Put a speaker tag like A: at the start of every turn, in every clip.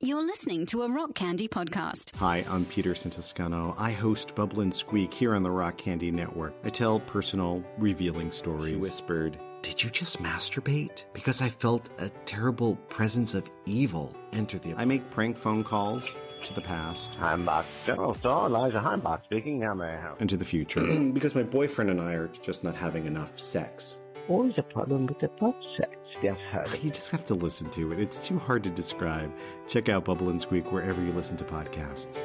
A: You're listening to a Rock Candy podcast.
B: Hi, I'm Peter Santiscano. I host Bubble and Squeak here on the Rock Candy Network. I tell personal, revealing
C: He
B: stories.
C: whispered,
B: Did you just masturbate? Because I felt a terrible presence of evil enter the. I make prank phone calls to the past
D: Heimbach General Store, Elijah Heimbach speaking. How may I help?
B: and to the future. because my boyfriend and I are just not having enough sex.
D: Always a problem with the butt sex. Yes, heard.
B: You just have to listen to it. It's too hard to describe. Check out Bubble and Squeak wherever you listen to podcasts.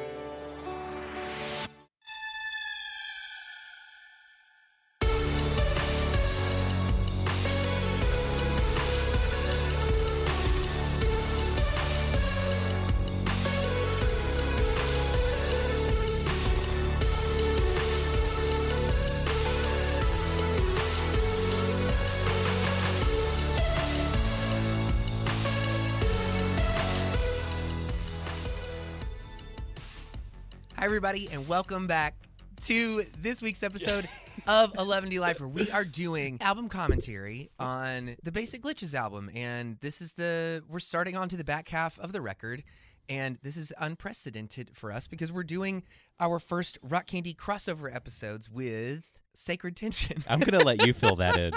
E: Hi, everybody, and welcome back to this week's episode of 11D Life, where we are doing album commentary on the Basic Glitches album. And this is the, we're starting on to the back half of the record. And this is unprecedented for us because we're doing our first Rock Candy crossover episodes with Sacred Tension.
F: I'm gonna let you fill that in.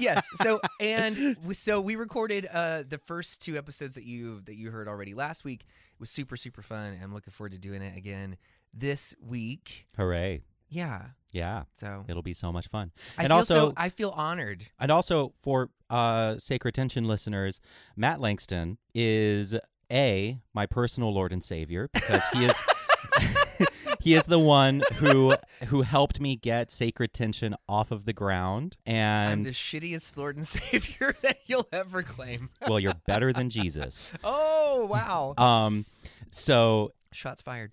E: yes. So and we- so we recorded uh, the first two episodes that you that you heard already last week. It was super super fun. I'm looking forward to doing it again this week.
F: Hooray!
E: Yeah.
F: Yeah,
E: So
F: it'll be so much fun.
E: I
F: and
E: feel
F: also,
E: so, I feel honored.
F: and also for uh, sacred tension listeners, Matt Langston is a my personal Lord and Savior because he is. He is the one who who helped me get sacred tension off of the ground,
E: I'm
F: and
E: the shittiest Lord and Savior that you'll ever claim.
F: well, you're better than Jesus.
E: Oh wow!
F: Um, so
E: Shots fired.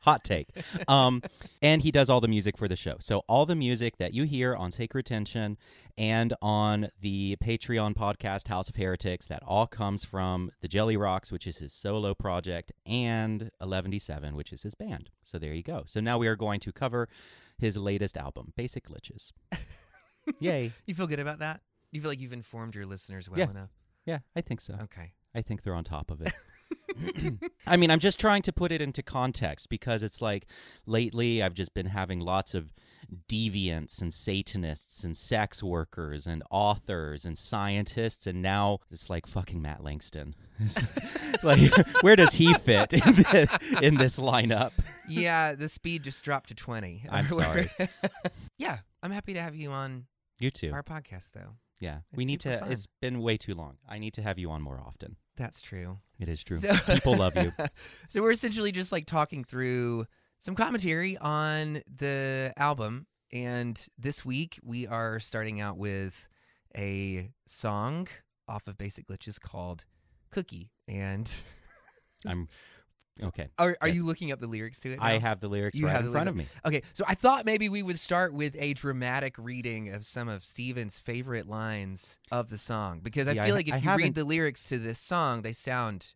F: Hot take. Um, and he does all the music for the show. So all the music that you hear on Sacred Tension and on the Patreon podcast House of Heretics, that all comes from the Jelly Rocks, which is his solo project, and Eleven D Seven, which is his band. So there you go. So now we are going to cover his latest album, Basic Glitches. Yay!
E: You feel good about that? You feel like you've informed your listeners well
F: Yeah.
E: enough?
F: Yeah, I think so.
E: Okay.
F: I think they're on top of it. I mean, I'm just trying to put it into context because it's like lately I've just been having lots of deviants and satanists and sex workers and authors and scientists, and now it's like fucking Matt Langston. like, where does he fit in, thi- in this lineup?
E: Yeah, the speed just dropped to twenty.
F: I'm sorry.
E: yeah, I'm happy to have you on
F: You too.
E: our podcast though.
F: Yeah, we
E: It's
F: need
E: super
F: to.
E: fun.
F: It's been way too long. I need to have you on more often.
E: That's true.
F: It is true.
E: So-
F: People love you.
E: so we're essentially just like talking through some commentary on the album. And this week we are starting out with a song off of Basic Glitches called Cookie. And
F: I'm okay.
E: are, are
F: Yes.
E: you looking up the lyrics to it?
F: I
E: now?
F: have the lyrics
E: You
F: right
E: have
F: in
E: the
F: front of me.
E: lyrics Okay, so I thought maybe we would start with a dramatic reading of some of Steven's favorite lines of the song because I
F: Yeah, I
E: feel
F: ha-
E: like if
F: I
E: you read
F: haven't- Oh,
E: the lyrics to this song, they sound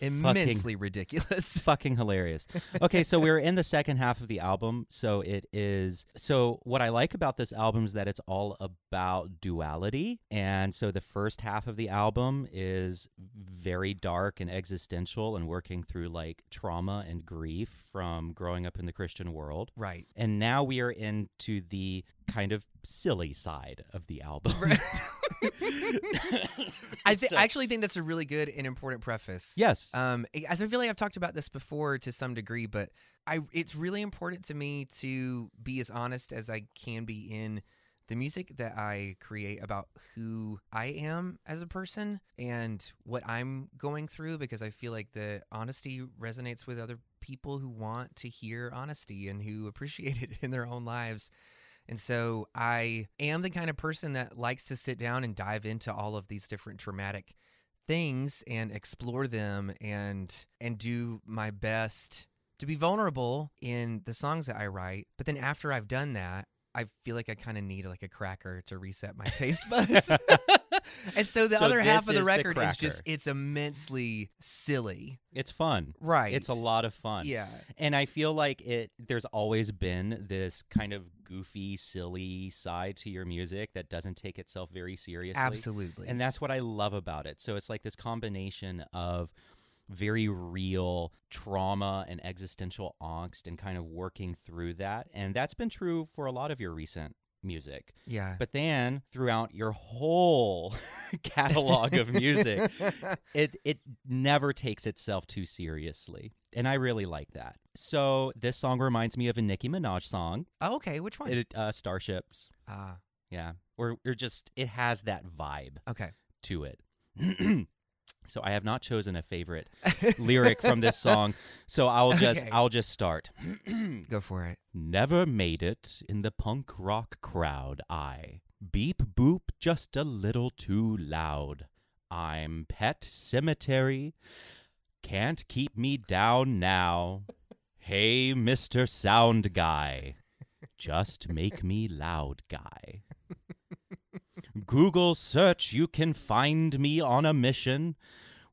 E: immensely ridiculous.
F: fucking hilarious. Okay, so we're in the second half of the album. So it is. So what I like about this album is that it's all about duality. And so the first half of the album is very dark and existential and working through like trauma and grief from growing up in the Christian world.
E: Right.
F: And now we are into the kind of silly side of the album.
E: I, th-
F: So-
E: I actually think that's a really good and important preface.
F: yes.
E: Um, as I feel like I've talked about this before to some degree, but I it's really important to me to be as honest as I can be in the music that I create about who I am as a person and what I'm going through because I feel like the honesty resonates with other people who want to hear honesty and who appreciate it in their own lives. And so I am the kind of person that likes to sit down and dive into all of these different traumatic things and explore them and and do my best to be vulnerable in the songs that I write. But then after I've done that, I feel like I kind of need like a cracker to reset my taste buds. and so the
F: So
E: other half
F: this
E: of the
F: is the
E: record is just
F: cracker.
E: it's immensely silly.
F: it's fun.
E: Right.
F: It's a lot of fun.
E: Yeah.
F: And I feel like it there's always been this kind of goofy, silly side to your music that doesn't take itself very seriously.
E: Absolutely.
F: And that's what I love about it. So it's like this combination of very real trauma and existential angst and kind of working through that. And that's been true for a lot of your recent music.
E: yeah.
F: But then throughout your whole catalog of music, it it never takes itself too seriously. And I really like that. So this song reminds me of a Nicki Minaj song,
E: Oh, okay, which one?
F: it, uh, Starships.
E: Ah,
F: Yeah. Or, or just, it has that vibe
E: okay.
F: to it. so I have not chosen a favorite lyric from this song. So I'll just,
E: Okay.
F: I'll just start.
E: Go for it.
F: Never made it in the punk rock crowd, I. Beep boop just a little too loud. I'm pet cemetery. Can't keep me down now. Hey, Mr. Sound Guy. Just make me loud, guy. Google search, you can find me on a mission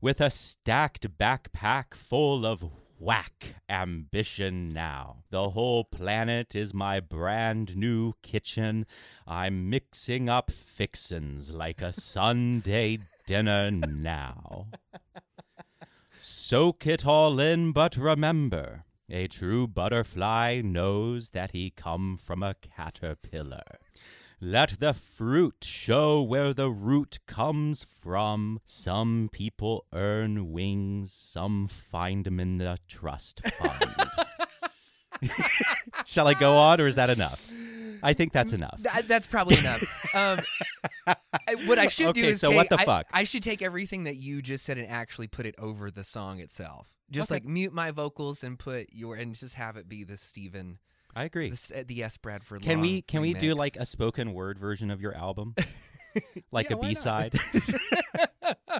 F: with a stacked backpack full of whack ambition now. The whole planet is my brand new kitchen. I'm mixing up fixins like a Sunday dinner now. Soak it all in, but remember, a true butterfly knows that he come from a caterpillar. Let the fruit show where the root comes from. Some people earn wings, some find 'em in the trust fund. Shall I go on, or is that enough? I think that's enough.
E: Th- that's probably enough. um, I- what I should do
F: Okay,
E: is
F: so
E: take-
F: what the
E: I-
F: fuck?
E: I, should take everything that you just said and actually put it over the song itself. Just
F: Okay.
E: like mute my vocals and put your and just have it be the Steven
F: I agree.
E: the, S- uh, the S Bradford.
F: Can we
E: Long
F: can we do
E: remix.
F: like a spoken word version of your album? Like
E: Yeah,
F: a
E: why not?
F: B side?
E: I know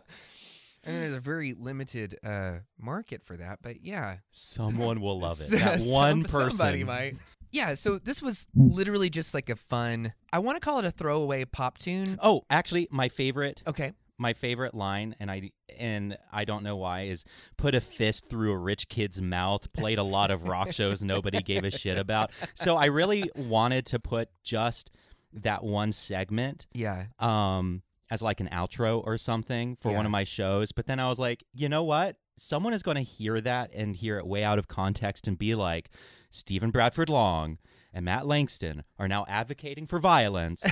E: there's a very limited uh, market for that, but yeah,
F: Someone will love it.
E: So-
F: That one
E: some-
F: person.
E: Somebody might. Yeah, so this was literally just like a fun. I want to call it a throwaway pop tune.
F: Oh, actually, my favorite
E: Okay.
F: my favorite line, and I and I don't know why, is put a fist through a rich kid's mouth. Played a lot of rock shows nobody gave a shit about. So I really wanted to put just that one segment
E: Yeah.
F: um as like an outro or something for one
E: Yeah.
F: of my shows but then i was like you know what someone is going to hear that and hear it way out of context and be like stephen bradford long and matt langston are now advocating for violence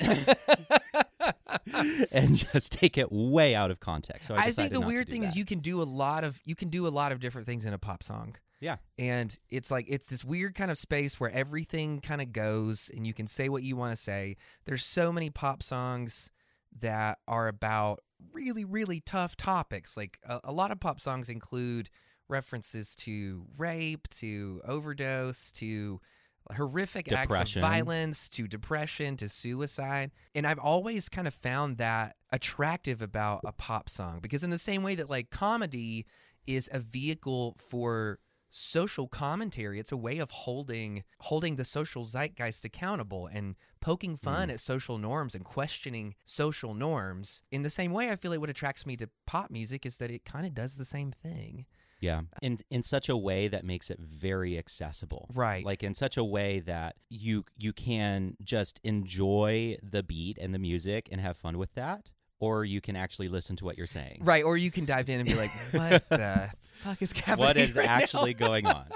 F: and just take it way out of context so i,
E: I think
F: decided
E: the
F: not to
E: weird
F: do
E: thing
F: that.
E: is you can do a lot of you can do a lot of different things in a pop song.
F: Yeah.
E: And it's like it's this weird kind of space where everything kind of goes and you can say what you want to say. There's so many pop songs that are about really really tough topics. Like a, a lot of pop songs include references to rape, to overdose, to horrific acts of
F: Depression.
E: violence, to depression, to suicide. And I've always kind of found that attractive about a pop song because, in the same way that like comedy is a vehicle for social commentary it's a way of holding holding the social zeitgeist accountable and poking fun at social norms and questioning social norms in the same way i feel like what attracts me to pop music is that it kind of does the same thing
F: Yeah. In in such a way that makes it very accessible.
E: Right.
F: Like in such a way that you you can just enjoy the beat and the music and have fun with that or you can actually listen to what you're saying.
E: right or you can dive in and be like what the fuck is happening
F: What is
E: right now?"
F: actually going on?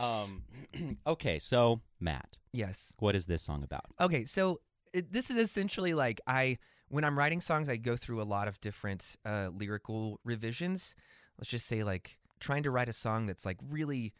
F: Um okay, so Matt,
E: yes
F: what is this song about?
E: Okay, so it, this is essentially like I when I'm writing songs, I go through a lot of different uh, lyrical revisions. Let's just say like trying to write a song that's like really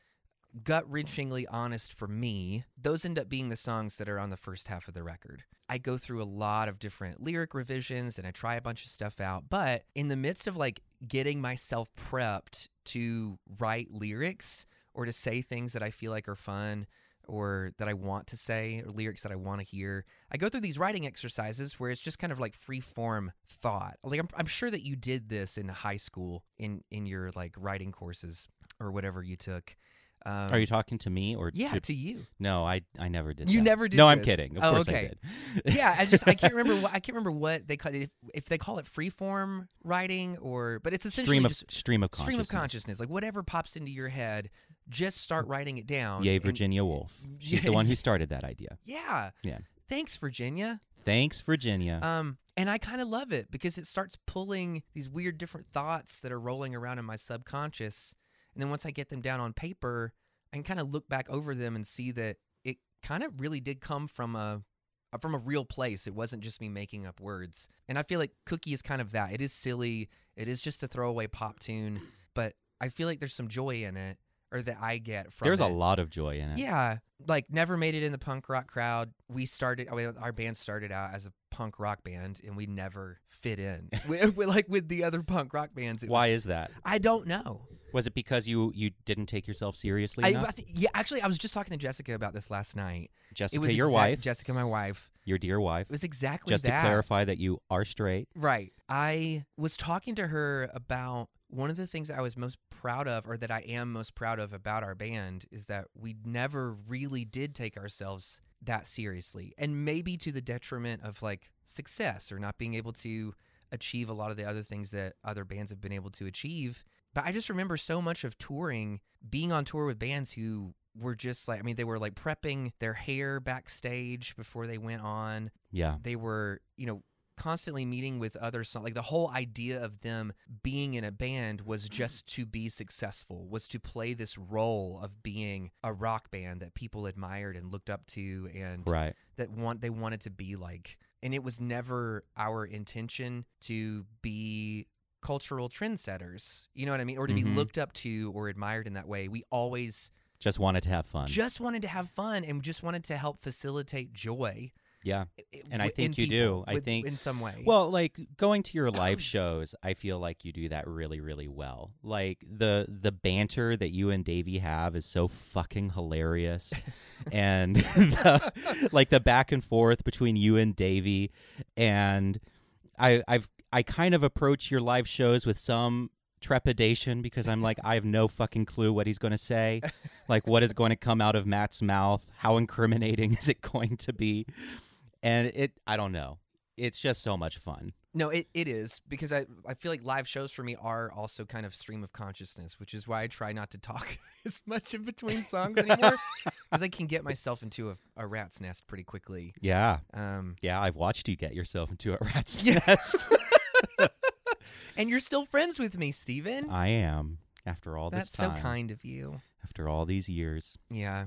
E: gut wrenchingly honest for me. Those end up being the songs that are on the first half of the record. I go through a lot of different lyric revisions and I try a bunch of stuff out, but in the midst of like getting myself prepped to write lyrics or to say things that I feel like are fun or that I want to say or lyrics that I want to hear. I go through these writing exercises where it's just kind of like free form thought. Like I'm, I'm sure that you did this in high school in in your like writing courses or whatever you took. Um,
F: Are you talking to me or
E: yeah,
F: to-
E: to you.
F: No, I I never did
E: You
F: that.
E: never did
F: No, I'm
E: this.
F: kidding. Of
E: Oh,
F: course
E: okay.
F: I did.
E: yeah, I just I can't remember what I can't remember what they call it if, if they call it freeform writing or but it's essentially
F: stream of
E: just
F: stream of
E: stream of consciousness, like whatever pops into your head, just start writing it down.
F: Yay,
E: and-
F: Virginia Woolf. She's the one who started that idea.
E: Yeah.
F: Yeah.
E: Thanks, Virginia.
F: Thanks, Virginia.
E: Um, and I kind of love it because it starts pulling these weird different thoughts that are rolling around in my subconscious. And then once I get them down on paper, I can kind of look back over them and see that it kind of really did come from a uh, from a real place. It wasn't just me making up words. And I feel like Cookie is kind of that. It is silly. It is just a throwaway pop tune, but I feel like there's some joy in it or that I get from
F: There's a
E: it.
F: lot of joy in it.
E: Yeah, like never made it in the punk rock crowd. We started, I mean, our band started out as a punk rock band, and we never fit in. we, we- like with the other punk rock bands. It
F: Why
E: was-
F: is that?
E: I don't know.
F: Was it because you you didn't take yourself seriously
E: I,
F: enough?
E: I th- yeah, actually, I was just talking to Jessica about this last night.
F: Jessica,
E: it was
F: your
E: exact-
F: wife,
E: Jessica, my wife.
F: your dear wife.
E: It was exactly
F: Just
E: that.
F: to clarify that you are straight.
E: Right. I was talking to her about one of the things I was most proud of, or that I am most proud of about our band, is that we never really did take ourselves that seriously. And maybe to the detriment of like success or not being able to achieve a lot of the other things that other bands have been able to achieve. But I just remember so much of touring, being on tour with bands who were just like, I mean, they were like prepping their hair backstage before they went on
F: Yeah.
E: they were you know constantly meeting with other song like the whole idea of them being in a band was just to be successful was to play this role of being a rock band that people admired and looked up to and
F: Right.
E: that want they wanted to be like and it was never our intention to be cultural trendsetters you know what i mean or to be
F: Mhm.
E: looked up to or admired in that way we always
F: Just wanted to have fun.
E: just wanted to have fun and just wanted to help facilitate joy
F: yeah.
E: it-
F: And I
E: wi-
F: think
E: in
F: you
E: people,
F: do. I
E: with-
F: think-
E: in some way.
F: Well, like going to your live shows, I feel like you do that really, really well. Like the the banter that you and Davey have is so fucking hilarious, and the, like the back and forth between you and Davey, and I I've I kind of approach your live shows with some trepidation because I'm like I have no fucking clue what he's going to say, like what is going to come out of Matt's mouth, how incriminating is it going to be, and it I don't know it's just so much fun.
E: no, it, it is because I I feel like live shows for me are also kind of stream of consciousness, which is why I try not to talk as much in between songs anymore because I can get myself into a, a rat's nest pretty quickly.
F: Yeah.
E: Um,
F: Yeah, I've watched you get yourself into a rat's
E: Yeah.
F: nest.
E: and you're still friends with me, Steven.
F: I am after all this
E: that's
F: time.
E: so kind of you.
F: After all these years.
E: Yeah.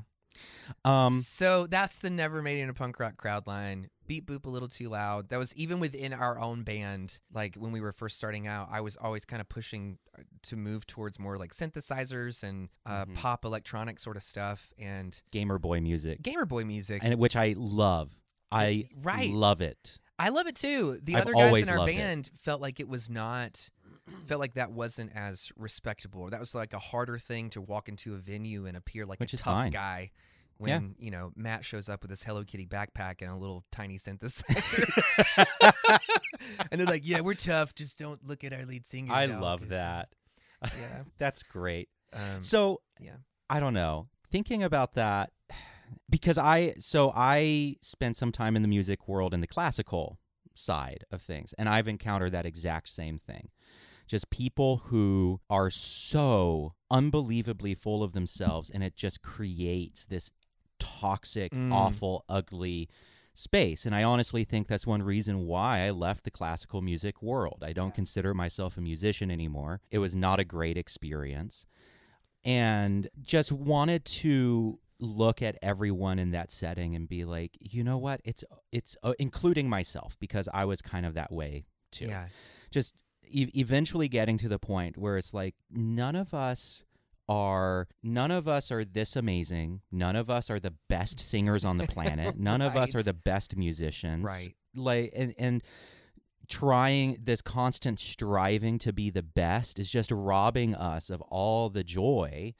F: Um
E: so that's the never made it in a punk rock crowd line. Beat boop a little too loud. That was even within our own band. Like when we were first starting out, I was always kind of pushing uh, to move towards more like synthesizers and uh,
F: Mhm.
E: pop electronic sort of stuff and
F: gamer boy music.
E: gamer boy music.
F: and which I love. I
E: Right.
F: love it.
E: I love it too. The
F: I've
E: other guys
F: always
E: in our
F: loved it.
E: band felt like it was not felt like that wasn't as respectable. That was like a harder thing to walk into a venue and appear like
F: Which
E: a
F: is
E: tough
F: fine.
E: guy when,
F: Yeah.
E: you know, Matt shows up with his Hello Kitty backpack and a little tiny synthesizer. and they're like, "Yeah, we're tough. Just don't look at our lead singer."
F: I
E: now,
F: love
E: 'cause-"
F: that.
E: Yeah.
F: That's great.
E: Um,
F: so
E: yeah.
F: I don't know. Thinking about that because I so I spent some time in the music world in the classical side of things and I've encountered that exact same thing. Just people who are so unbelievably full of themselves and it just creates this toxic,
E: Mm.
F: awful, ugly space. And I honestly think that's one reason why I left the classical music world. I don't consider myself a musician anymore. It was not a great experience. And just wanted to look at everyone in that setting and be like, you know what? It's it's uh, including myself because I was kind of that way too.
E: yeah.
F: Just e- eventually getting to the point where it's like none of us are none of us are this amazing. None of us are the best singers on the planet. None of us
E: Right.
F: are the best musicians.
E: Right.
F: Like and and trying this constant striving to be the best is just robbing us of all the joy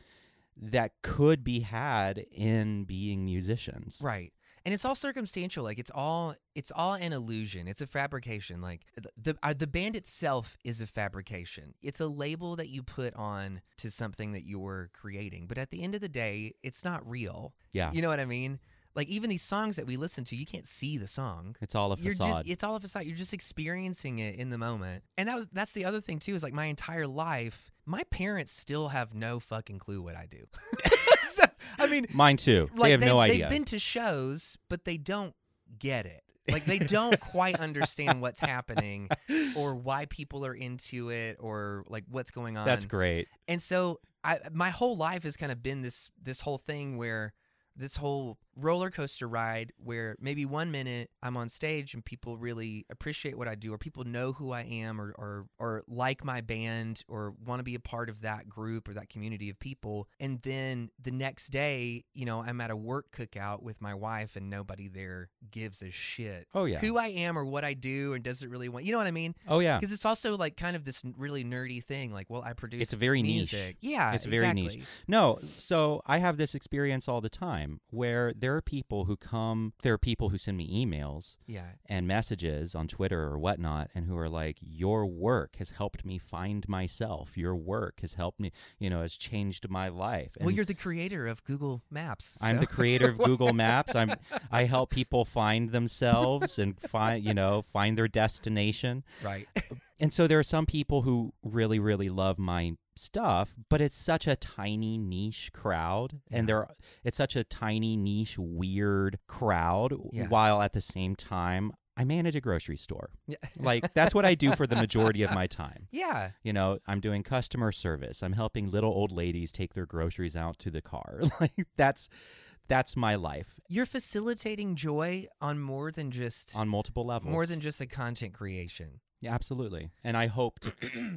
F: that could be had in being musicians.
E: Right. And it's all circumstantial. Like it's all it's all an illusion. It's a fabrication. Like th- the uh, the band itself is a fabrication. It's a label that you put on to something that you're creating. But at the end of the day, it's not real.
F: Yeah.
E: You know what I mean? Like even these songs that we listen to, you can't see the song.
F: It's all a
E: You're
F: facade.
E: just it's all a facade. You're just experiencing it in the moment. And that was that's the other thing too, is like my entire life, my parents still have no fucking clue what I do. so, I mean
F: Mine too.
E: like
F: they have no
E: they've
F: idea.
E: been to shows, but they don't get it. Like they don't quite understand what's happening or why people are into it or like what's going on.
F: That's great.
E: And so I my whole life has kind of been this this whole thing where this whole roller coaster ride where maybe one minute I'm on stage and people really appreciate what I do or people know who I am or or, or like my band or want to be a part of that group or that community of people and then the next day, you know, I'm at a work cookout with my wife and nobody there gives a shit
F: Oh yeah.
E: who I am or what I do and doesn't really want you know what I mean?
F: oh yeah.
E: because it's also like kind of this n- really nerdy thing. Like, well, I produce.
F: It's very niche.
E: music. Yeah,
F: It's very niche.
E: exactly.
F: No, so I have this experience all the time where there are people who come, there are people who send me emails
E: Yeah,
F: and messages on Twitter or whatnot, and who are like, Your work has helped me find myself. Your work has helped me, you know, has changed my life.
E: well,
F: And
E: you're the creator of Google Maps.
F: I'm
E: so-
F: the creator of Google Maps. I'm I help people find themselves and find you know find their destination.
E: right.
F: And so there are some people who really really love my stuff, but it's such a tiny niche crowd, and
E: Yeah.
F: there it's such a tiny niche weird crowd.
E: Yeah.
F: While at the same time, I manage a grocery store.
E: Yeah.
F: Like that's what I do for the majority of my time.
E: Yeah,
F: You know, I'm doing customer service. I'm helping little old ladies take their groceries out to the car. Like that's that's my life
E: you're facilitating joy on more than just
F: on multiple levels.
E: more than just a content creation.
F: yeah, absolutely. And I hope to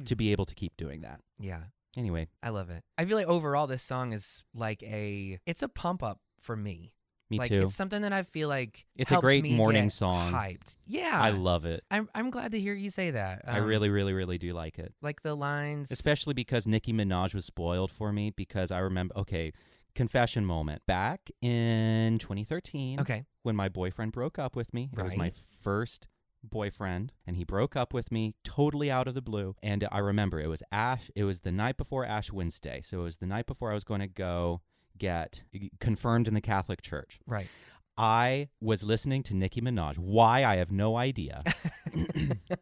F: to be able to keep doing that.
E: Yeah,
F: Anyway,
E: I love it. I feel like overall, this song is like a it's a pump up for me.
F: me
E: like
F: too.
E: it's something that I feel like
F: It's a
E: helps
F: great
E: me
F: morning
E: get
F: song.
E: Hyped. Yeah,
F: I love it.
E: I'm I'm glad to hear you say that.
F: I
E: Um,
F: really, really, really do like it.
E: like the lines,
F: Especially because Nicki Minaj was spoiled for me because I remember okay, confession moment. Back in 2013,
E: Okay.
F: when my boyfriend broke up with me. It was my
E: Right.
F: first boyfriend and he broke up with me totally out of the blue and I remember it was Ash it was the night before Ash Wednesday. So it was the night before I was going to go get confirmed in the Catholic Church.
E: Right.
F: I was listening to Nicki Minaj. Why I have no idea.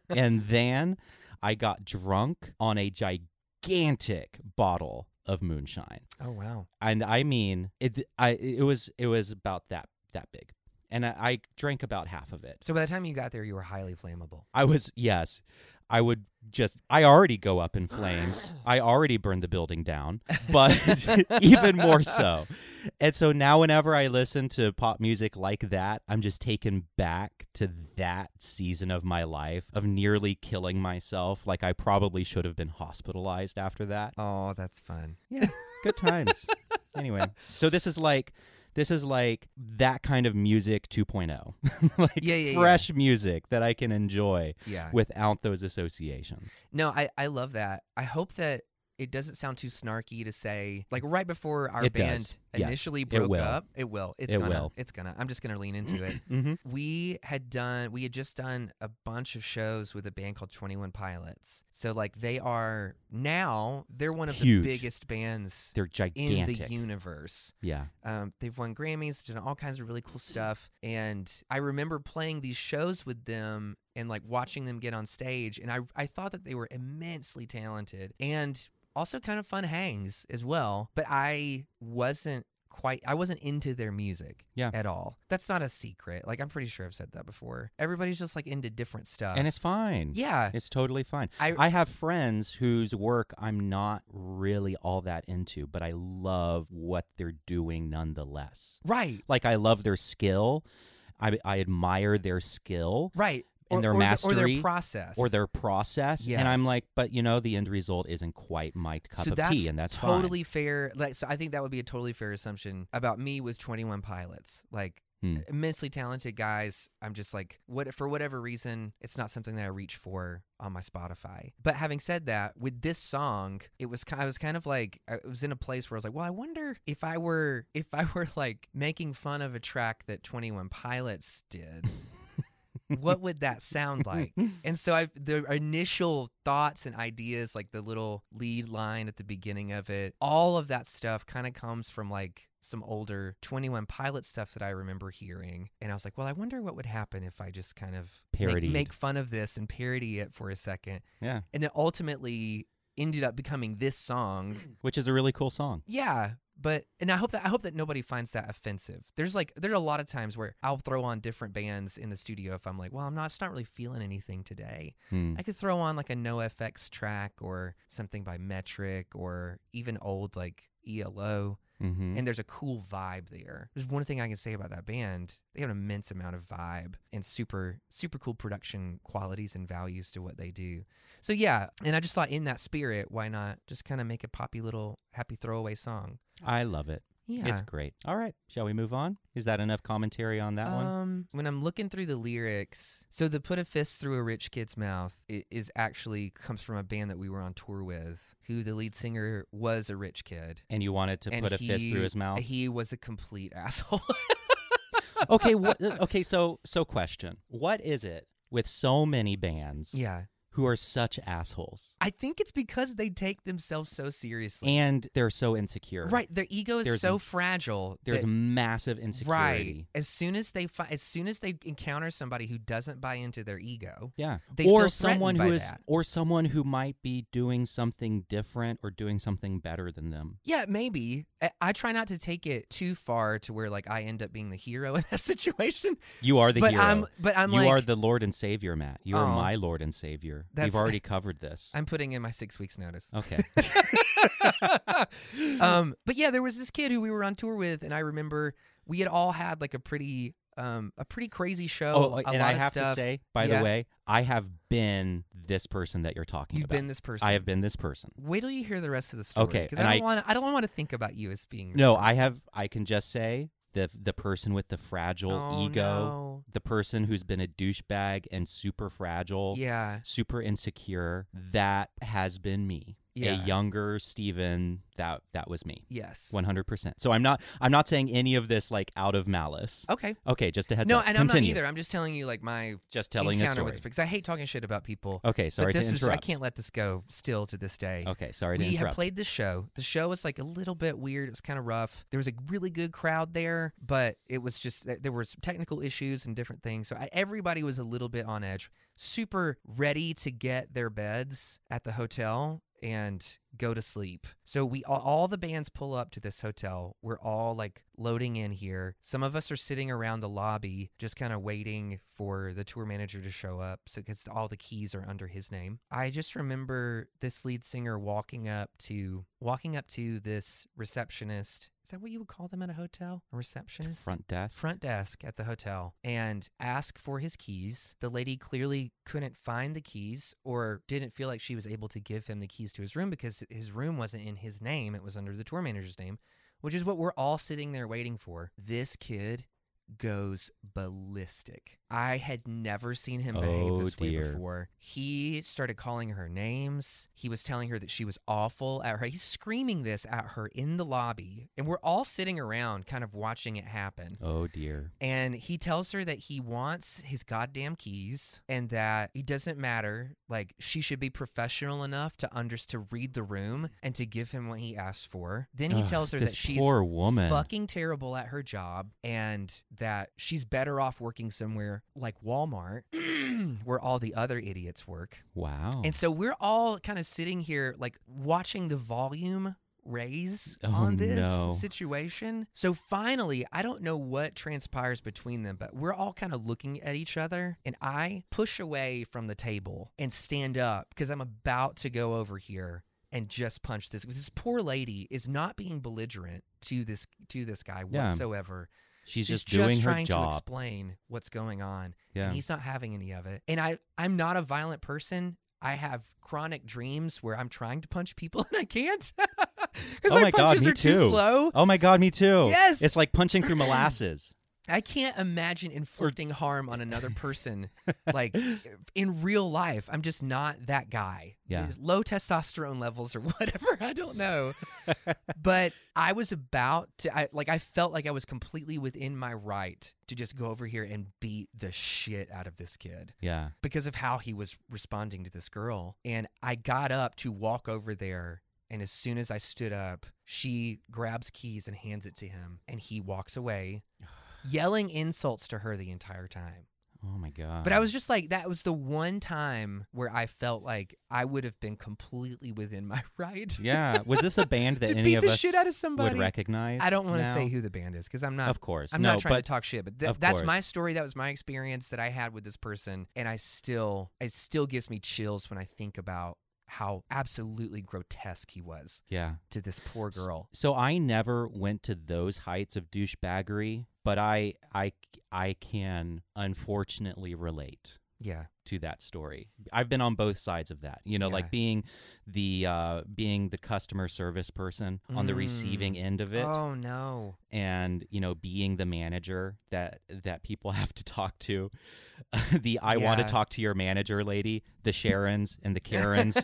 F: and then I got drunk on a gigantic bottle of moonshine
E: Oh wow.
F: and I mean it. I it was it was about that that big, and I, I drank about half of it.
E: So by the time you got there, you were highly flammable.
F: I was yes, I would just I already go up in flames.
E: Ah.
F: I already burned the building down, but even more so. And so now whenever I listen to pop music like that, I'm just taken back to that season of my life of nearly killing myself. Like I probably should have been hospitalized after that.
E: Oh, that's fun.
F: Yeah, good times. anyway, so this is like this is like that kind of music 2.0. like
E: Yeah, yeah, yeah.
F: fresh music that I can enjoy
E: Yeah.
F: without those associations.
E: No, I, I love that. I hope that it doesn't sound too snarky to say like right before our
F: It
E: band
F: does. Yes.
E: initially
F: It
E: broke
F: will.
E: up. It will. It's
F: It
E: gonna.
F: will.
E: It's gonna. I'm just gonna lean into it.
F: Mhm.
E: We had done. We had just done a bunch of shows with a band called Twenty One Pilots. So like they are now they're one of
F: Huge.
E: the biggest bands
F: They're
E: in
F: gigantic.
E: the universe.
F: yeah.
E: Um, they've won Grammys, done all kinds of really cool stuff. And I remember playing these shows with them and like watching them get on stage. And I, I thought that they were immensely talented and also kind of fun hangs as well. But I wasn't quite, I wasn't into their music
F: Yeah.
E: at all. That's not a secret. Like, I'm pretty sure I've said that before. Everybody's just like into different stuff.
F: And it's fine.
E: uh, yeah.
F: It's totally fine.
E: I-
F: I have friends whose work I'm not really all that into, but I love what they're doing nonetheless.
E: right.
F: Like I love their skill. I I admire their skill.
E: Right.
F: And their
E: or, the- or
F: mastery,
E: their process.
F: or their process. And I'm
E: Yes.
F: like, but you know, the end result isn't quite my cup
E: so
F: of
E: that's
F: tea, and that's
E: totally fair. Like, so I think that would be a totally fair assumption about me with Twenty One Pilots. Like
F: Hmm.
E: immensely talented guys. I'm just like what for whatever reason, it's not something that I reach for on my Spotify. But having said that, with this song, it was ki- I was kind of like I was in a place where I was like, well, I wonder if I were if I were like making fun of a track that Twenty One Pilots did. what would that sound
F: Mm.
E: like? And so I've the initial thoughts and ideas, like the little lead line at the beginning of it, all of that stuff kind of comes from like some older 21 pilot stuff that I remember hearing. And I was like, well, I wonder what would happen if I just kind of make-
F: Parodied.
E: make fun of this and parody it for a second.
F: Yeah.
E: And then ultimately ended up becoming this song.
F: Which is a really cool song.
E: Yeah, but and I hope that I hope that nobody finds that offensive. There's like there's a lot of times where I'll throw on different bands in the studio if I'm like, well, I'm not, it's not really feeling anything today.
F: Hmm.
E: I could throw on like a NoFX track or something by Metric or even old like ELO,
F: Mhm.
E: and there's a cool vibe there. There's one thing I can say about that band: they have an immense amount of vibe and super super cool production qualities and values to what they do. So yeah, and I just thought in that spirit, why not just kind of make a poppy little happy throwaway song.
F: I love it.
E: Yeah.
F: It's great. All right. Shall we move on? Is that enough commentary on that one?
E: Um, when I'm looking through the lyrics, so the "Put a Fist Through a Rich Kid's Mouth" i- is actually comes from a band that we were on tour with, who the lead singer was a rich kid,
F: And you wanted to
E: and
F: put a fist
E: he-
F: through his mouth?
E: He was a complete asshole.
F: okay. What, uh, okay. So, so question. What is it with so many bands
E: yeah,
F: who are such assholes
E: I think it's because they take themselves so seriously.
F: and they're so insecure?
E: right, their ego is
F: There's
E: so
F: m-
E: fragile.
F: There's
E: that-
F: massive
E: right
F: insecurity.
E: as soon as they fi- as soon as they encounter somebody who doesn't buy into their ego.
F: Yeah.
E: They
F: or
E: feel
F: someone
E: threatened
F: who
E: by
F: is
E: that.
F: or someone who might be doing something different or doing something better than them.
E: Yeah, maybe. I, I try not to take it too far to where like I end up being the hero in that situation.
F: You are the
E: but
F: hero.
E: I'm but I'm
F: you
E: like
F: are the Lord and Savior, Matt. You are
E: Oh.
F: my Lord and Savior.
E: That's-
F: We've already covered this.
E: I'm putting in my six weeks notice.
F: okay.
E: um, but yeah, there was this kid who we were on tour with, and I remember we had all had like a pretty um a pretty crazy show.
F: Oh,
E: a
F: and
E: lot
F: I
E: of
F: have
E: stuff.
F: to say, by
E: Yeah.
F: the way, I have been this person that you're talking
E: you've
F: about.
E: been this person.
F: I have been this person.
E: Wait till you hear the rest of the story.
F: Okay,
E: because
F: and
E: I
F: I-
E: don't want I don't want to think about you as being this
F: No, I
E: person.
F: have. I can just say the the person with the fragile
E: Oh,
F: ego,
E: no.
F: the person who's been a douchebag and super fragile,
E: Yeah,
F: super insecure. That has been me.
E: Yeah.
F: A younger Steven, that that was me.
E: yes.
F: One hundred percent. So I'm not I'm not saying any of this like out of malice.
E: okay.
F: Okay, just a heads
E: No,
F: up.
E: and
F: Continue.
E: I'm not either. I'm just telling you like my
F: Just telling a
E: encounter
F: story.
E: with because I hate talking shit about people.
F: okay, sorry
E: but this
F: to
E: was-
F: interrupt.
E: I can't let this go still to this day.
F: Okay, sorry to
E: We had
F: interrupt.
E: played this show. The show was like a little bit weird. It was kind of rough. There was a really good crowd there, but it was just there- there were some technical issues and different things. So I, everybody was a little bit on edge, super ready to get their beds at the hotel and go to sleep. So we all, all the bands pull up to this hotel. We're all like loading in here. Some of us are sitting around the lobby just kind of waiting for the tour manager to show up so cuz all the keys are under his name. I just remember this lead singer walking up to walking up to this receptionist. Is that what you would call them at a hotel? A receptionist?
F: front desk.
E: front desk at the hotel and ask for his keys. The lady clearly couldn't find the keys or didn't feel like she was able to give him the keys to his room because his room wasn't in his name, it was under the tour manager's name, which is what we're all sitting there waiting for. This kid goes ballistic. I had never seen him behave
F: Oh,
E: this way
F: dear.
E: before. He started calling her names. He was telling her that she was awful at her. He's screaming this at her in the lobby. And we're all sitting around kind of watching it happen.
F: Oh dear.
E: And he tells her that he wants his goddamn keys and that it doesn't matter. Like she should be professional enough to under to read the room and to give him what he asked for. Then he
F: Ugh,
E: tells her
F: this
E: that she's
F: poor woman.
E: fucking terrible at her job and that she's better off working somewhere like Walmart where all the other idiots work.
F: Wow.
E: And so we're all kind of sitting here, like watching the volume raise
F: Oh,
E: on this
F: no.
E: situation. So finally, I don't know what transpires between them, but we're all kind of looking at each other. And I push away from the table and stand up because I'm about to go over here and just punch this. 'cause This poor lady is not being belligerent to this to this guy
F: Yeah.
E: whatsoever.
F: she's,
E: She's
F: just doing her
E: trying to
F: job.
E: explain what's going on
F: yeah.
E: and he's not having any of it. And I, I'm not a violent person. I have chronic dreams where I'm trying to punch people and I can't because
F: Oh
E: my,
F: my God,
E: punches
F: me
E: are too
F: too.
E: slow.
F: Oh my god, me too.
E: Yes!
F: It's like punching through molasses.
E: I can't imagine inflicting harm on another person like in real life. I'm just not that guy.
F: Yeah.
E: There's Low testosterone levels or whatever. I don't know. but I was about to, I, like, I felt like I was completely within my right to just go over here and beat the shit out of this kid
F: Yeah.
E: because of how he was responding to this girl. And I got up to walk over there. And as soon as I stood up, she grabs keys and hands it to him. And he walks away, yelling insults to her the entire time.
F: Oh my god.
E: But I was just like, that was the one time where I felt like I would have been completely within my right
F: Yeah. Was this a band that
E: to
F: any
E: beat
F: of
E: the
F: us
E: shit out of
F: would
E: somebody.
F: recognize?
E: I don't want to
F: now?
E: say who the band is because I'm not
F: Of course.
E: I'm
F: no,
E: not trying
F: but
E: to talk shit, but th-
F: Of
E: that's
F: course.
E: my story. That was my experience that I had with this person, and I still, it still gives me chills when I think about how absolutely grotesque he was
F: Yeah.
E: to this poor girl.
F: So I never went to those heights of douchebaggery, but I I I can unfortunately relate
E: Yeah,
F: to that story. I've been on both sides of that. You know,
E: Yeah.
F: like being the uh being the customer service person on the
E: Mm.
F: receiving end of it
E: Oh no.
F: and, you know, being the manager that that people have to talk to. the I want to
E: Yeah.
F: talk to your manager lady, the Sharons and the Karens.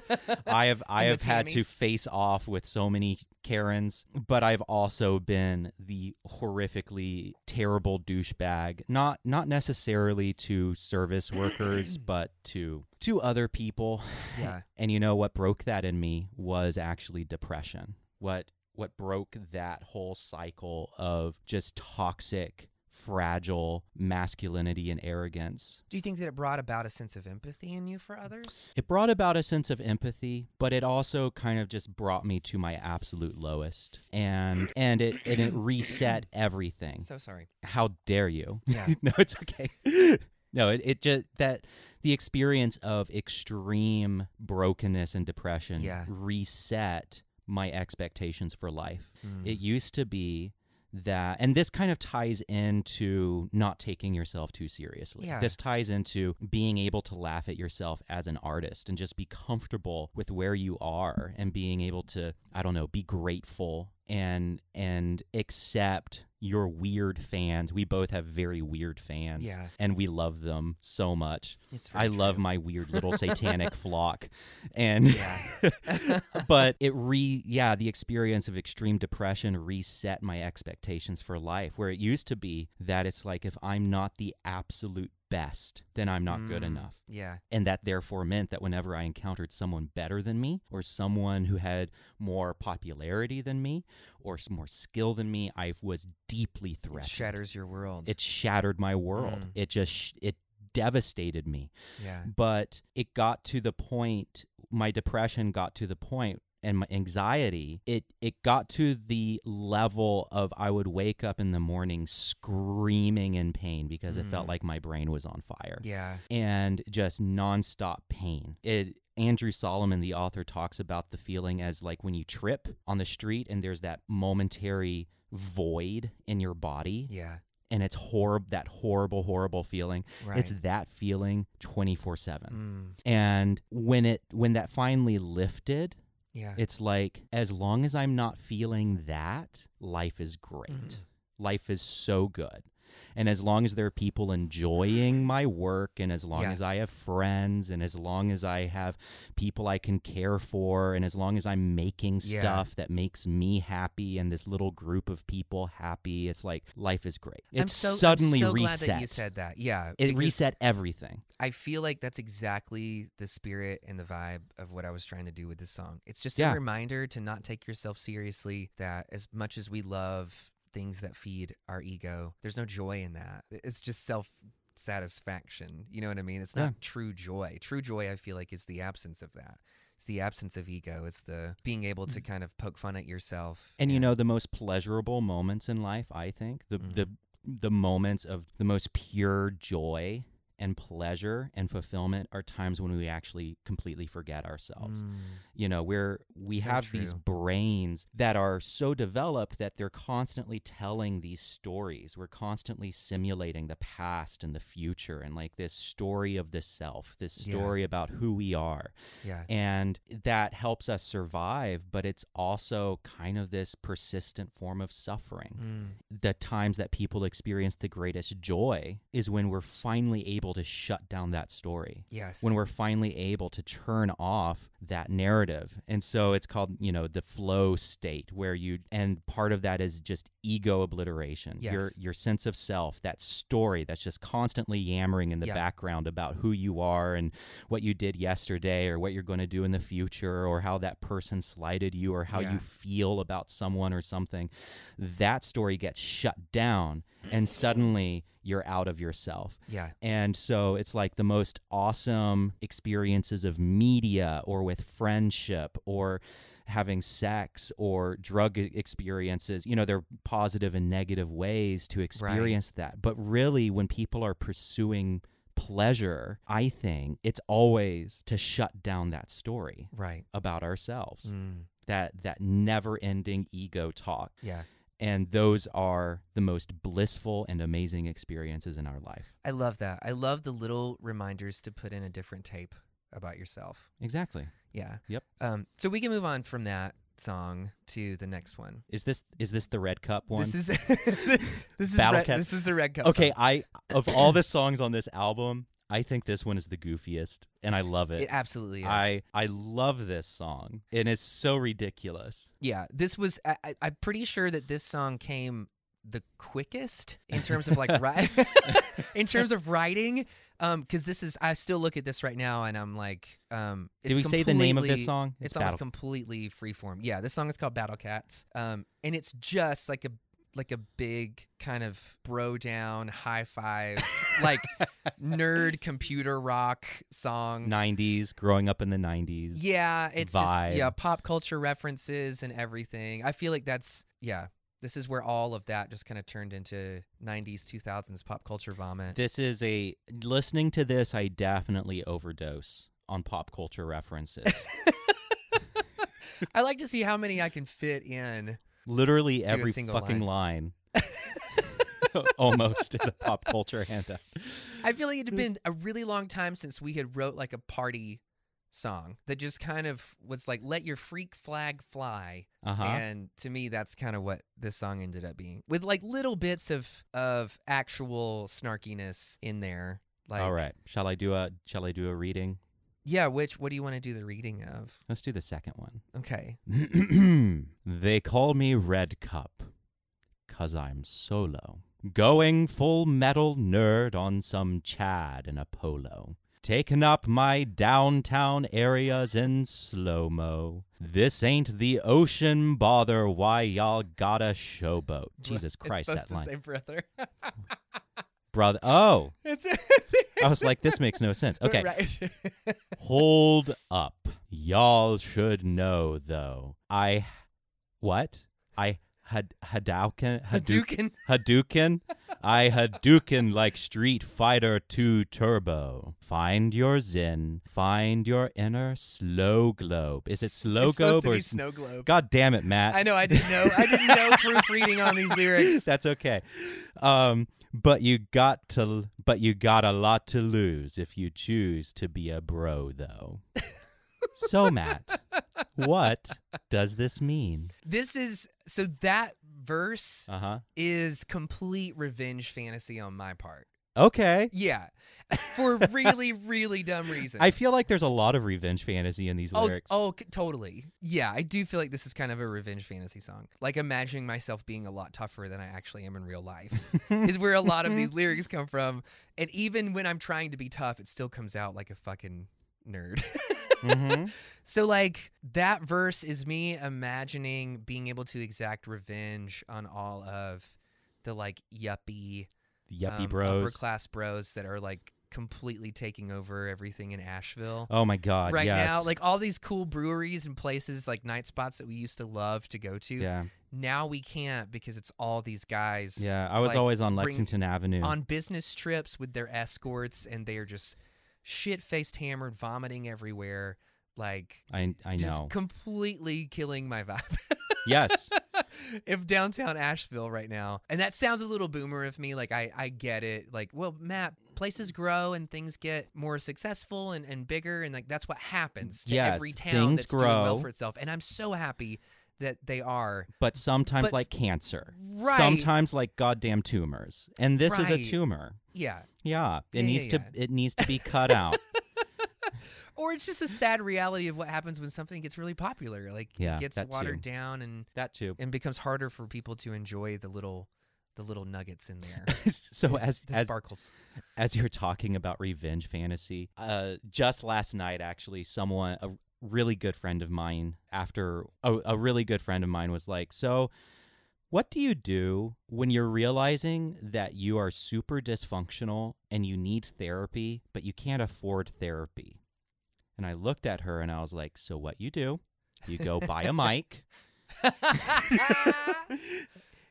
F: I have I
E: And
F: have
E: the
F: had to
E: Tammys.
F: face off with so many Karens, but I've also been the horrifically terrible douchebag. Not not necessarily to service workers, but to to other people.
E: Yeah.
F: And you know what broke that in me was actually depression. What what broke that whole cycle of just toxic, fragile masculinity and arrogance
E: Do you think that it brought about a sense of empathy in you for others?
F: it brought about a sense of empathy, but it also kind of just brought me to my absolute lowest, and and it and it reset everything.
E: So sorry.
F: How dare you?
E: Yeah.
F: no, it's okay. No, it, it just that the experience of extreme brokenness and depression
E: Yeah.
F: reset my expectations for life.
E: Mm.
F: It used to be that and this kind of ties into not taking yourself too seriously.
E: Yeah.
F: This ties into being able to laugh at yourself as an artist and just be comfortable with where you are and being able to I don't know, be grateful and and accept your weird fans. We both have very weird fans
E: Yeah.
F: and we love them so much.
E: It's very
F: I love
E: true.
F: my weird little satanic flock. And but it re yeah, the experience of extreme depression reset my expectations for life where it used to be that it's like if I'm not the absolute best, then I'm not good
E: Mm.
F: enough.
E: Yeah.
F: And that therefore meant that whenever I encountered someone better than me, or someone who had more popularity than me, or s- more skill than me, I was deeply
E: It
F: threatened.
E: shatters your world.
F: It shattered my world.
E: Mm.
F: It just sh- it devastated me.
E: yeah.
F: But it got to the point. My depression got to the point, and my anxiety. It it got to the level of I would wake up in the morning screaming in pain because it felt
E: Mm.
F: like my brain was on fire
E: Yeah.
F: and just nonstop pain. It Andrew Solomon, the author, talks about the feeling as like when you trip on the street and there's that momentary void in your body
E: Yeah.
F: and it's horrible that horrible horrible feeling
E: Right.
F: it's that feeling 24/7
E: Mm.
F: and when it when that finally lifted
E: Yeah.
F: it's like as long as i'm not feeling that life is great
E: Mhm.
F: life is so good and as long as there are people enjoying my work and as long
E: Mm-hmm. Yeah.
F: as i have friends and as long as i have people i can care for and as long as i'm making
E: Yeah.
F: stuff that makes me happy and this little group of people happy it's like life is great it's
E: I'm so, I'm
F: suddenly
E: so
F: reset
E: glad that you said that. Yeah.
F: it
E: because-
F: reset everything
E: I feel like that's exactly the spirit and the vibe of what I was trying to do with this song. It's just
F: Yeah.
E: a reminder to not take yourself seriously, that as much as we love things that feed our ego, there's no joy in that. It's just self satisfaction. You know what I mean? It's not true joy. True joy, I feel like, is the absence of that. It's the absence of ego. It's the being able to kind of poke fun at yourself.
F: Mm. And you know the most pleasurable moments in life, I think, the
E: Mhm.
F: the the moments of the most pure joy and pleasure and fulfillment are times when we actually completely forget ourselves you know we're we
E: Mm. So
F: have these
E: true.
F: brains that are so developed that they're constantly telling these stories we're constantly simulating the past and the future and like this story of the self this
E: Yeah.
F: story about who we are
E: Yeah.
F: and that helps us survive but it's also kind of this persistent form of suffering
E: Mm.
F: the times that people experience the greatest joy is when we're finally able to shut down that story
E: Yes.
F: when we're finally able to turn off that narrative. And so it's called, you know, the flow state where you and part of that is just ego obliteration. Your
E: Yes.
F: your sense of self, that story that's just constantly yammering in the
E: Yeah.
F: background about who you are and what you did yesterday or what you're going to do in the future or how that person slighted you or how
E: Yeah.
F: you feel about someone or something. That story gets shut down and suddenly you're out of yourself.
E: yeah.
F: And so it's like the most awesome experiences of media or with friendship or having sex or drug e- experiences. You know, they're positive and negative ways to experience that. But really, when people are pursuing pleasure, I think it's always to shut down that story
E: Right.
F: about ourselves.
E: Mm.
F: That that never-ending ego talk.
E: Yeah.
F: And those are the most blissful and amazing experiences in our life.
E: I love that. I love the little reminders to put in a different tape about yourself.
F: Exactly.
E: Yeah.
F: Yep.
E: Um, so we can move on from that song to the next one.
F: Is this is this the red cup one?
E: This is this is
F: Battle
E: red,
F: Cat-
E: this is the red cup.
F: okay.
E: song.
F: I of all the songs on this album, I think this one is the goofiest, and I love it.
E: It absolutely is.
F: I I love this song, and it's so ridiculous.
E: yeah. This was. I, I, I'm pretty sure that this song came the quickest in terms of like ri- in terms of writing um because this is i still look at this right now and i'm like um
F: Did
E: it's
F: we say the name of this
E: completely-
F: song?
E: It's, almost
F: Battle-
E: completely freeform. Yeah, this song is called Battle Cats, um, and it's just like a like a big kind of bro down high five, like nerd computer rock song.
F: 90s, growing up in the 90s.
E: yeah, it's just yeah
F: vibe.
E: pop culture references and everything. I feel like that's yeah. This is where all of that just kind of turned into '90s, 2000s pop culture vomit.
F: This is a listening to this. I definitely overdose on pop culture references.
E: I like to see how many I can fit in.
F: Literally
E: To a
F: every
E: single
F: fucking line. Almost is a pop culture handout.
E: I feel like
F: Mm.
E: it had been a really long time since we had wrote like a party song that just kind of was like let your freak flag fly
F: Uh huh.
E: and to me that's kind of what this song ended up being with like little bits of of actual snarkiness in there like
F: All right. Shall I do a Shall I do a reading?
E: yeah which what do you want to do the reading of
F: Let's do the second one.
E: okay
F: they call me Red Cup, cause I'm solo. Going full metal nerd on some Chad in a polo. Taking up my downtown areas in slow mo. This ain't the ocean bother, why y'all gotta showboat. Jesus Christ,
E: it's supposed
F: that
E: to
F: line.
E: say brother
F: Brother, oh,
E: it's
F: I was like, this makes no sense. Okay.
E: right.
F: Hold up. Y'all should know though. I what? I had Hadouken Hadouken
E: Hadouken.
F: Hadouken? I Hadouken like Street Fighter 2 Turbo. Find your zen. Find your inner slow globe. Is it
E: It's
F: slow
E: supposed
F: globe
E: to
F: or
E: be
F: s-
E: snow globe
F: God damn it, Matt.
E: i know i didn't know Oh, i didn't know proofreading on these lyrics
F: That's okay. Um, but you got to, but you got a lot to lose if you choose to be a bro, though. so Matt, what does this mean?
E: This is so that verse
F: Uh huh.
E: is complete revenge fantasy on my part.
F: Okay.
E: Yeah. For really, really dumb reasons.
F: I feel like there's a lot of revenge fantasy in these
E: Oh,
F: lyrics.
E: oh, c- totally. Yeah, I do feel like this is kind of a revenge fantasy song. Like imagining myself being a lot tougher than I actually am in real life is where a lot of these lyrics come from. And even when I'm trying to be tough, it still comes out like a fucking nerd.
F: hmm
E: So like that verse is me imagining being able to exact revenge on all of the like yuppie,
F: Yuppie
E: um, upper
F: bros.
E: class bros that are like completely taking over everything in Asheville.
F: Oh my God.
E: right
F: yes.
E: now, like all these cool breweries and places like night spots that we used to love to go to,
F: yeah,
E: now we can't because it's all these guys
F: yeah. I was
E: like,
F: always on
E: bring-
F: Lexington Avenue.
E: on business trips with their escorts and they are just shit faced, hammered, vomiting everywhere. Like,
F: I I know.
E: just completely killing my vibe.
F: yes.
E: if downtown Asheville right now, and that sounds a little boomer of me, like I, I get it. Like, well, Matt, places grow and things get more successful and, and bigger, and like that's what happens to
F: Yes,
E: every town
F: things
E: that's doing well
F: grow.
E: for itself. And I'm so happy that they are.
F: But sometimes
E: But-
F: like cancer.
E: Right.
F: Sometimes like goddamn tumors. And this is a
E: Right.
F: tumor.
E: Yeah.
F: Yeah.
E: Yeah,
F: It
E: yeah,
F: needs to
E: yeah.
F: it needs to be cut out.
E: Or it's just a sad reality of what happens when something gets really popular. Like
F: Yeah,
E: it gets
F: that
E: watered
F: too.
E: down and
F: that too.
E: and becomes harder for people to enjoy the little the little nuggets in there.
F: so as
E: the
F: as
E: sparkles.
F: as you're talking about revenge fantasy, uh, just last night, actually, someone, a really good friend of mine, after a, a really good friend of mine was like, So, what do you do when you're realizing that you are super dysfunctional and you need therapy, but you can't afford therapy? And I looked at her and I was like, So, what you do? You go buy a mic,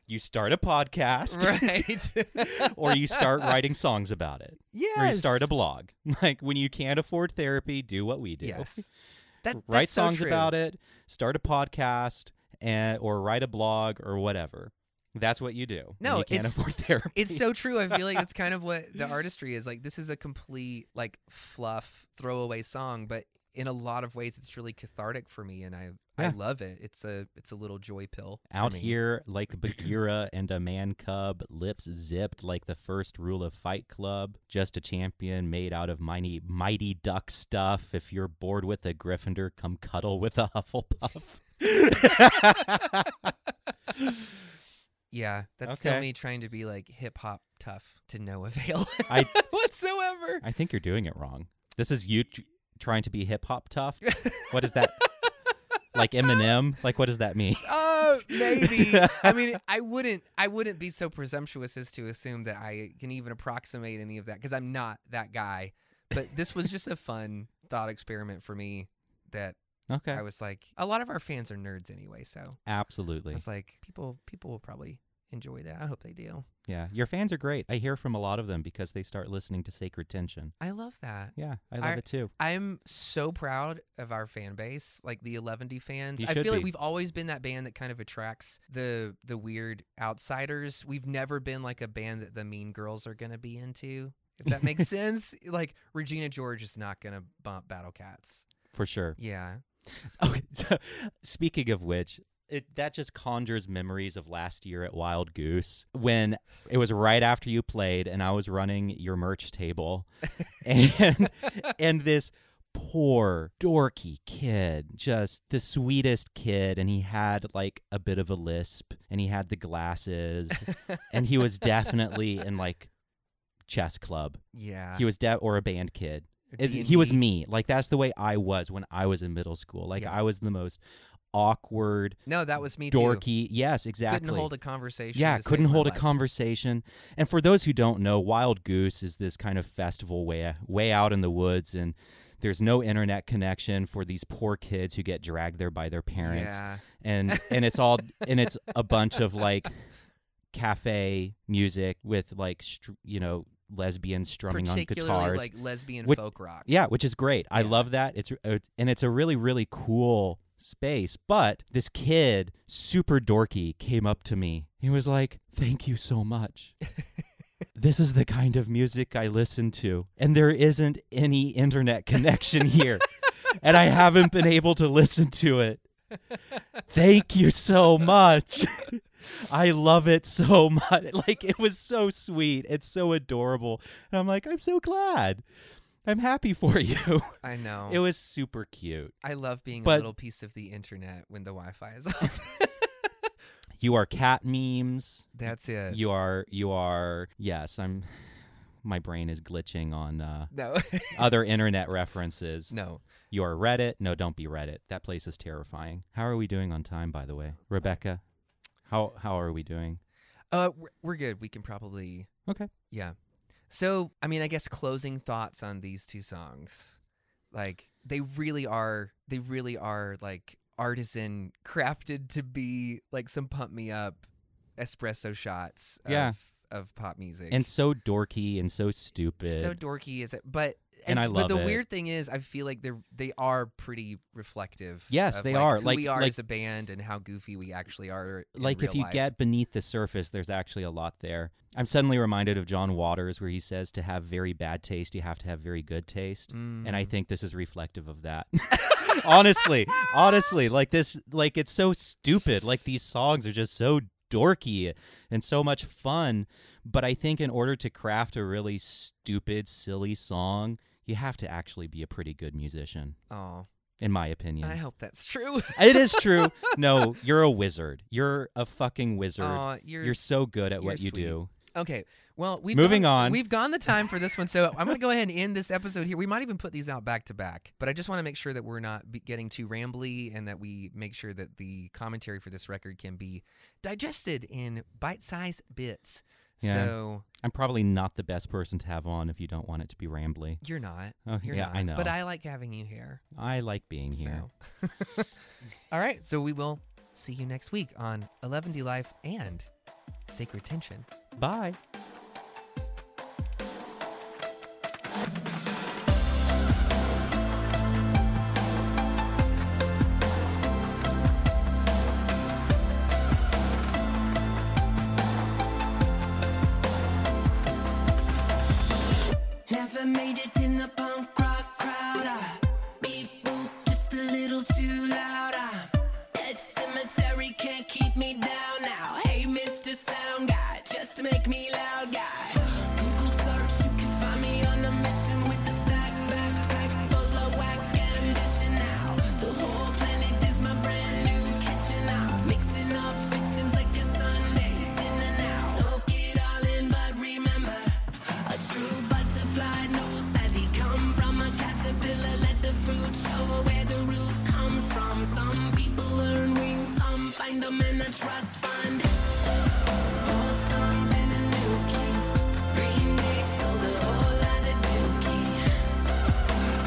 F: you start a podcast,
E: right.
F: or you start writing songs about it.
E: yes.
F: Or you start a blog. Like when you can't afford therapy, do what we do.
E: Yes. That, that's
F: write
E: so
F: songs
E: true.
F: about it, start a podcast, and, or write a blog or whatever. That's what you do. when
E: No,
F: you can't
E: it's-
F: afford therapy.
E: It's so true. I feel like that's kind of what the artistry is. Like this is a complete like fluff throwaway song, but in a lot of ways it's really cathartic for me and I I
F: Yeah.
E: love it. It's a it's a little joy pill. for
F: out
E: me.
F: here like Bagheera and a man cub, lips zipped like the first rule of Fight Club. Just a champion made out of mighty mighty duck stuff. If you're bored with a Gryffindor, come cuddle with a Hufflepuff.
E: Yeah. That's still
F: Okay.
E: me trying to be like hip hop tough to no avail
F: I-
E: whatsoever.
F: I think you're doing it wrong. This is you t- trying to be hip hop tough. What is that? like Eminem? Like what does that mean?
E: Oh, maybe. I mean, I wouldn't. I wouldn't be so presumptuous as to assume that I can even approximate any of that because I'm not that guy. But this was just a fun thought experiment for me. That
F: Okay.
E: I was like, a lot of our fans are nerds anyway, so I
F: Absolutely.
E: was like, people, people will probably enjoy that. I hope they do.
F: Yeah. Your fans are great. I hear from a lot of them because they start listening to Sacred Tension.
E: I love that.
F: Yeah, I love
E: Our-
F: it too.
E: I'm so proud of our fan base, like the 11D fans.
F: You
E: I
F: should
E: feel like
F: be.
E: we've always been that band that kind of attracts the the weird outsiders. We've never been like a band that the mean girls are going to be into. If that makes sense, like Regina George is not going to bump Battle Cats.
F: For sure.
E: Yeah.
F: Okay. So, speaking of which, it, that just conjures memories of last year at Wild Goose when it was right after you played and I was running your merch table and and this poor dorky kid just the sweetest kid and he had like a bit of a lisp and he had the glasses and he was definitely in like chess club
E: Yeah.
F: he was de- or a band kid it- he was me. Like that's the way I was when I was in middle school. Like
E: Yeah.
F: I was the most awkward,
E: No, that was me too.
F: dorky. Yes, exactly.
E: Couldn't hold a conversation.
F: yeah,
E: to save
F: couldn't
E: my
F: hold a
E: life.
F: conversation. And for those who don't know, Wild Goose is this kind of festival way way out in the woods, and there's no internet connection for these poor kids who get dragged there by their parents.
E: Yeah.
F: And and it's all and it's a bunch of like cafe music with like str- you know lesbians strumming on
E: Particularly
F: guitars.
E: like lesbian
F: Which-
E: folk rock.
F: Yeah, which is great. I
E: Yeah.
F: love that. It's uh, and it's a really really cool space. But this kid, super dorky, came up to me. He was like, "Thank you so much." This is the kind of music I listen to, and there isn't any internet connection here, and I haven't been able to listen to it. Thank you so much. I love it so much. Like, it was so sweet. It's so adorable. And I'm like, I'm so glad. I'm happy for you.
E: I know.
F: It was super cute.
E: I love being a
F: But-
E: little piece of the internet when the Wi-Fi is off.
F: You are cat memes.
E: That's it.
F: You are you are yes, I'm my brain is glitching on uh
E: no,
F: other internet references.
E: no.
F: You are Reddit. No, don't be Reddit. That place is terrifying. How are we doing on time by the way? Rebecca? How how are we doing?
E: Uh, we're, we're good. We can probably.
F: Okay.
E: Yeah, So, I mean, I guess closing thoughts on these two songs. Like they really are they really are like artisan crafted to be like some pump me up espresso shots of
F: Yeah.
E: of pop music.
F: and so dorky and so stupid.
E: so dorky is it but
F: And I love
E: but the
F: it.
E: weird thing is I feel like they're they are pretty reflective.
F: Yes,
E: of,
F: they
E: like,
F: are.
E: who
F: Like-
E: we are
F: like-
E: as a band and how goofy we actually are. in
F: like if
E: real
F: you
E: life.
F: get beneath the surface there's actually a lot there i'm suddenly reminded of john waters where he says to have very bad taste you have to have very good taste
E: Mm.
F: and i think this is reflective of that honestly honestly like this like it's so stupid like these songs are just so dorky and so much fun but i think in order to craft a really stupid silly song you have to actually be a pretty good musician
E: Oh,
F: in my opinion
E: I hope that's true.
F: it is true. No, you're a wizard. You're a fucking wizard.
E: Aw, you're-
F: you're, so good at
E: you're
F: what you
E: sweet.
F: do.
E: Okay. Well, we've
F: Moving
E: gone-
F: on.
E: We've gone the time for this one, so I'm going to go ahead and end this episode here. We might even put these out back to back, but I just want to make sure that we're not be- getting too rambly and that we make sure that the commentary for this record can be digested in bite-sized bits.
F: Yeah.
E: So
F: I'm probably not the best person to have on if you don't want it to be rambly.
E: you're not.
F: Oh,
E: you're
F: yeah,
E: not.
F: I know.
E: But I like having you here.
F: I like being here.
E: So. All right. So we will see you next week on 11D Life and Sacred Tension.
F: Bye.
C: Never made it in the punk rock crowd. I beat boop just a little too loud. i that cemetery can't keep me down now. Hey, Mr. Sound Guy, just make me loud guy. Google search, you can find me on a mission with the stack backpack full of whack ambition now. The whole planet is my brand new kitchen. I'm mixing up fixings like a Sunday dinner now. Soak it all in, but remember. A true butterfly knows that he come from a caterpillar. Let the fruit show where the root comes from. Some people earn wings, some find them in a trust fund. Old songs in a new key. Green Day sold a whole lot of dookie.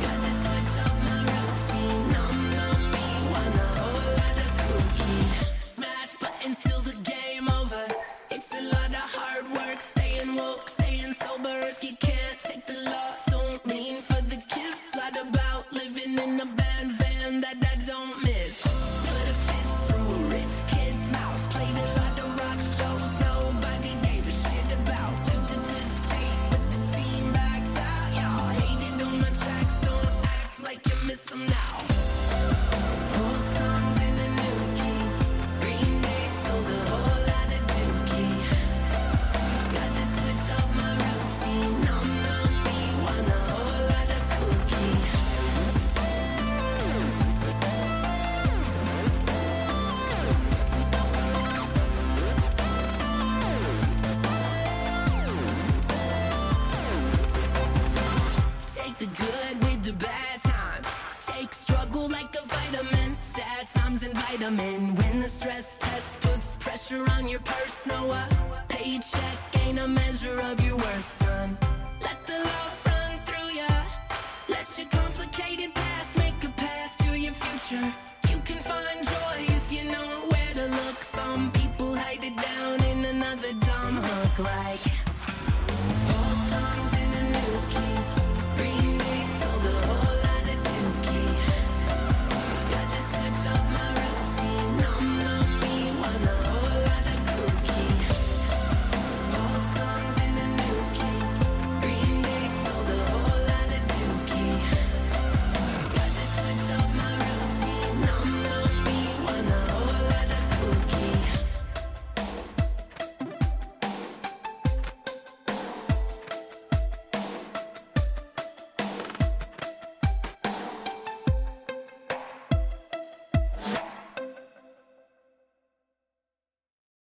C: Got to switch up my routine. Nom nom me, want a whole lot of cookie. Smash button till the game over. It's a lot of hard work, staying woke, staying sober. If you can't take the loss, don't lean for the kiss. Lot about living in a band van that I don't miss. Put a fist through a rich kid's mouth. Played a lot of rock shows, nobody gave a shit about. Lived it to the state with the team bags out. Y'all hated on my tracks, don't act like you miss 'em now. Old songs in a new key. Green Day sold a whole lot of dookie. Got to switch up my routine. Nom nom me, want a whole lot of cookie. Take the good with the bad times. Take struggle like a vitamin. Sad times and vitamin. When the stress test puts pressure on your purse, no, a paycheck ain't a measure of your worth, son. Let the love run through ya. Let your complicated past make a path to your future.